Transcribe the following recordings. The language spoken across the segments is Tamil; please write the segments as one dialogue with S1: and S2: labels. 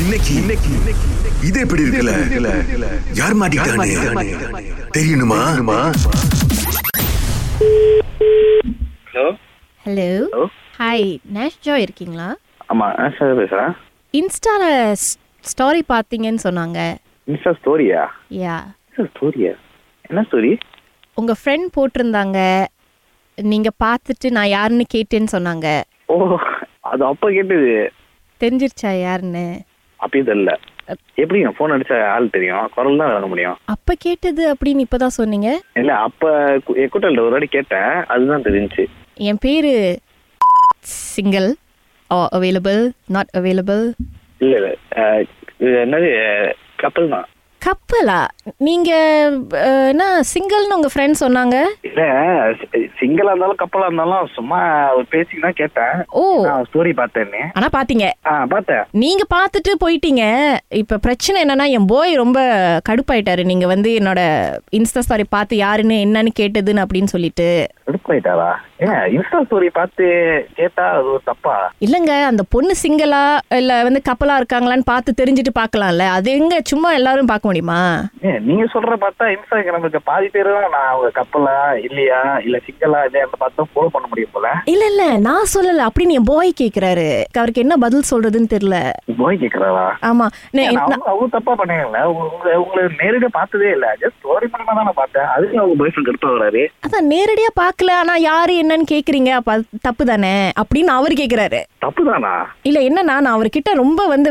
S1: இன்னைக்கு இன்னைக்கு இன்னைக்கு- இது எப்படி இருக்குல்ல யார் மாட்டிக்கிட்டானே தெரியணுமா
S2: hello
S3: hello
S2: Hello.
S3: Hi Nash ஜாய் இருக்கீங்களா
S2: ஆமா நான் சார் பேசுறேன்
S3: இன்ஸ்டால ஸ்டோரி பார்த்தீங்கன்னு சொன்னாங்க
S2: இன்ஸ்டா ஸ்டோரியா
S3: யா
S2: இன்ஸ்டா ஸ்டோரியா என்ன ஸ்டோரி
S3: உங்கள் ஃப்ரெண்ட் போட்டிருந்தாங்க நீங்கள் பார்த்துட்டு நான் யாருன்னு கேட்டேன்னு சொன்னாங்க
S2: ஓ அது அப்ப கேட்டது
S3: தெரிஞ்சிருச்சா யாருன்னு
S2: அப்பயே தெரியல எப்படி ஃபோன் அடிச்சா ஆள் தெரியும் குரல் தான் விளங்க முடியும்
S3: அப்போ கேட்டது அப்படின்னு இப்போ தான் சொன்னீங்க
S2: இல்ல அப்ப கு- என் கூட்டாளிட்ட ஒரு வாட்டி கேட்டேன் அதுதான் தெரிஞ்சுச்சு
S3: என் பேர் சிங்கிள் அவைலபிள் நாட் அவைலபிள்
S2: இல்ல இல்ல அஹ், இது என்னது கப்பல் தான்
S3: கப்பலா நீங்கள் என்ன சிங்கிள்னு உங்கள் ஃப்ரெண்ட் சொன்னாங்க
S2: இல்ல சிங்கிளா இருந்தாலும் கப்பலா இருந்தாலும் சும்மா ஒரு பேசிக்கு தான் கேட்டேன்
S3: ஓ
S2: நான் ஸ்டோரி பார்த்தேன்னு
S3: ஆனால் பார்த்தீங்க
S2: ஆ பார்த்தேன்
S3: நீங்க பாத்துட்டு போயிட்டீங்க இப்ப பிரச்சனை என்னன்னா என் போய் ரொம்ப கடுப்பாயிட்டாரு நீங்க வந்து என்னோட இன்ஸ்டா ஸ்டோரி பார்த்து யாருன்னு என்னன்னு கேட்டதுன்னு அப்படின்னு சொல்லிட்டு
S2: எடுப்பாயிட்டாரா ஏன் இன்ஸ்டா ஸ்டோரி பார்த்து கேட்டா அது ஒரு தப்பா
S3: இல்லங்க அந்த பொண்ணு சிங்கிளா இல்ல வந்து கப்பலா இருக்காங்களான்னு பார்த்து தெரிஞ்சுட்டு பார்க்கலாம்ல அது எங்க சும்மா எல்லாரும் பார்க்க முடியுமா
S2: ஏன், நீங்க சொல்ற பார்த்தா இன்ஸ்டாகிராம் இருக்க பாதி பேரும் நான் அவங்க கப்பலா இல்லையா இல்ல சிக்கலா இல்லையா பார்த்தா ஃபாலோ பண்ண முடியும் போல
S3: இல்ல இல்ல நான் சொல்லல அப்படின்னு என் போய் கேக்குறாரு அவருக்கு என்ன பதில் சொல்றதுன்னு தெரியல
S2: போய் கேக்குறாரா
S3: ஆமா நே-
S2: ஏன்,
S3: நான்-
S2: அவங்க அவங்க தப்பா பண்ணீங்கல்ல உங்களை உங்களை நேரடியா பார்த்ததே இல்ல ஜஸ்ட் ஸ்டோரி மூலமா தான் நான் பார்த்தேன் அதுக்கு அவங்க பாய் ஃப்ரெண்ட் எடுத்து வராரு
S3: அதான் நேரடியா பார்க்கல ஆனா யாரு என்னன்னு கேக்குறீங்க அப்ப அது தப்பு தானே அப்படின்னு அவர் கேக்குறாரு
S2: தப்புதானா
S3: இல்ல என்னன்னா நான் அவர்கிட்ட ரொம்ப வந்து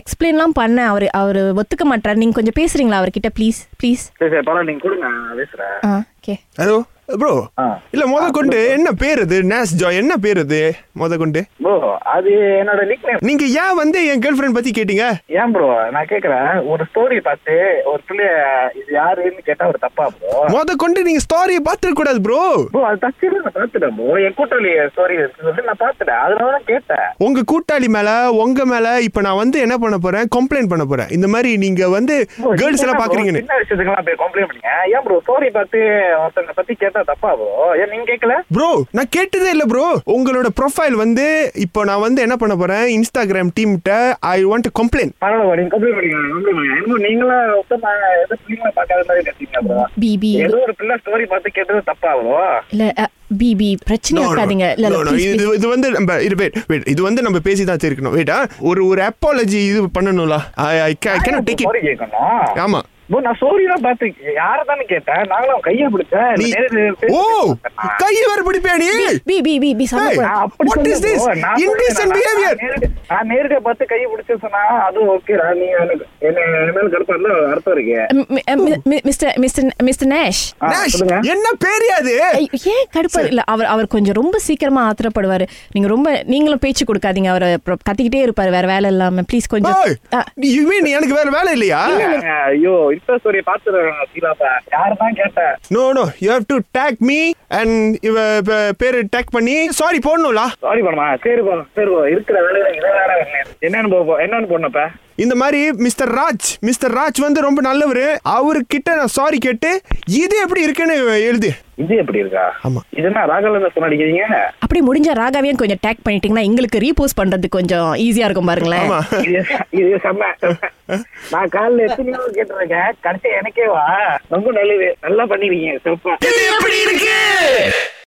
S3: எக்ஸ்பிளைன்லாம் பண்ணேன் அவர் அவர் ஒத்துக்க மாட்டார் நீங்க கொஞ்சம் பேசுறீங்களா அவர்கிட்ட ப்ளீஸ் ப்ளீஸ்
S2: சரி சரி பரவாயில்ல நீங்க கொடுங்க நான் பேசுறேன்
S3: ஆ ஓகே
S4: ஹலோ ப்ரோ
S2: ஆ.
S4: இல்ல முத கொண்டு என்ன பேர் இது நேஸ் ஜாய் என்ன பேர் இது முத கொண்டு
S2: ப்ரோ அது என்னோட நிக்
S4: நீங்க ஏன் வந்து என் கேர்ள் ஃப்ரெண்ட் பத்தி கேட்டீங்க
S2: ஏன் ப்ரோ நான் கேக்குறேன் ஒரு ஸ்டோரி பார்த்து ஒரு பிள்ளைய இது யாருன்னு கேட்டா ஒரு தப்பா ப்ரோ
S4: முத கொண்டு நீங்க ஸ்டோரியை பார்த்துருக்க கூடாது ப்ரோ
S2: ப்ரோ அது தச்சு நான் பார்த்துட்டேன் ப்ரோ என் கூட்டாளி ஸ்டோரி சொல்லி நான் பார்த்துட்டேன் அதனால தான் கேட்டேன்
S4: உங்க கூட்டாளி மேல உங்க மேல இப்ப நான் வந்து என்ன பண்ண போறேன் கம்ப்ளைண்ட் பண்ண போறேன் இந்த மாதிரி நீங்க வந்து
S2: Bro, நீங்க
S4: கேர்ள்ஸ்
S2: என்ன
S4: எல்லாம்
S2: bro,
S4: பாக்குறீங்கன்னு
S2: சின்ன விஷயத்துக்குலாம் போய் கம்ப்ளைண்ட் பண்ணீங்க ஏன் ப்ரோ ஸ்டோரி பார்த்து ஒருத்தங்க பத்தி கேட்டா தப்பா ப்ரோ ஏன் நீங்க கேட்கல
S4: ப்ரோ நான் கேட்டதே இல்லை ப்ரோ உங்களோட ப்ரொஃபைல் வந்து இப்போ நான் வந்து என்ன பண்ண போறேன் இன்ஸ்டாகிராம் டீம்கிட்ட ஐ வாண்ட் கம்ப்ளைண்ட்
S2: பரவாயில்ல நீங்க கம்ப்ளைண்ட் பண்ணீங்க கம்ப்ளைண்ட் பண்ணீங்க இன்னும் நீங்களா சுத்தமா எதுவும் பிள்ளைங்கள பார்க்காத மாதிரி பேசுறீங்க ப்ரோ
S3: பிபி
S2: ஏதோ ஒரு பிள்ளை ஸ்டோரி பார்த்து கேட்டது தப்பா ப்ரோ
S3: இல்ல பிபி பிரச்சனை இருக்காதீங்க இல்ல இல்ல please,
S4: இது
S3: please.
S4: இது வந்து நம்ம இது wait, wait, இது வந்து நம்ம பேசி தான் தெரிக்கணும் வெயிட்டா ஒரு ஒரு அப்பாலஜி இது பண்ணணும்ல I I can take
S2: story கேட்கணும்
S4: இட் ஆமா
S2: ப்ரோ நான் ஸ்டோரி தான் பார்த்து யாரை தானே கேட்டேன் நாங்களும் கையை பிடிச்சேன்
S4: நீ
S2: நேரு
S4: ஓ கை வேற பிடிப்பியா நீ
S3: பி பி பி பி சண்டை
S4: Hey.
S3: போடு.
S2: நான் அப்படி
S4: What is
S2: சொல்லல
S4: this?
S2: bro. நான்
S4: Indecent
S2: சொல்றேன்.
S4: behavior.
S2: நான் நேரடி- நான் நேரடியா பார்த்து கை பிடிச்சு சொன்னா அதுவும் ஓகே நீ எனக்கு என்ன என் மேல கடுப்பா இருந்தா அர்த்தம் இருக்கு
S3: மி- மி- மி- மி- மிஸ்டர் மிஸ்டர் மிஸ்டர் நேஷ்
S2: ஆ,
S4: நேஷ்,
S2: சொல்லுங்க
S4: என்ன பேரியா இது
S3: ஐ- ஏன் கடுப்பா இல்ல அவர் அவர் கொஞ்சம் ரொம்ப சீக்கிரமா ஆத்திரப்படுவாரு நீங்க ரொம்ப நீங்களும் பேச்சு கொடுக்காதீங்க அவர் அப்புறம் கத்திக்கிட்டே இருப்பாரு வேற வேலை இல்லாம ப்ளீஸ் கொஞ்சம்
S4: ஓய்,
S3: ஆ,
S4: நீ- you mean எனக்கு வேற வேலை இல்லையா
S2: ஐயோ இன்ஸ்டா ஸ்டோரி பாத்துருவேன் சீலாப்பா யார் தான் கேட்டேன்
S4: no no you have to take me and இவ ப- பேரு டேக் பண்ணி சாரி போடணும்ல
S2: சாரி பண்ணமா சரி போ சரி போ இருக்கிற வேலையில இதை வேற வேணும். என்னன்னு போ போ- என்னன்னு போனப்ப
S4: இந்த மாதிரி மிஸ்டர் ராஜ் மிஸ்டர் ராஜ் வந்து ரொம்ப நல்லவர் அவர்கிட்ட நான் சாரி கேட்டு இது எப்படி இருக்குன்னு எழுது
S2: இது எப்படி இருக்கா
S4: ஆமா.
S2: இது என்ன ராகவேந்திர ஃபோன் அடிக்கிறீங்க
S3: அப்படி முடிஞ்ச ராகாவையும் கொஞ்சம் டேக் பண்ணிட்டீங்கன்னா எங்களுக்கு ரீபோஸ்ட் பண்றது கொஞ்சம் ஈஸியா இருக்கும் பாருங்களேன்
S4: ஆமா
S2: இது இது செம்ம நான் காலைல எத்தனையோ கேட்டிருக்கேன் கடைசி எனக்கே வா ரொம்ப நல்லது நல்லா பண்ணிருக்கீங்க சிறப்பா
S4: இது எப்படி இருக்கு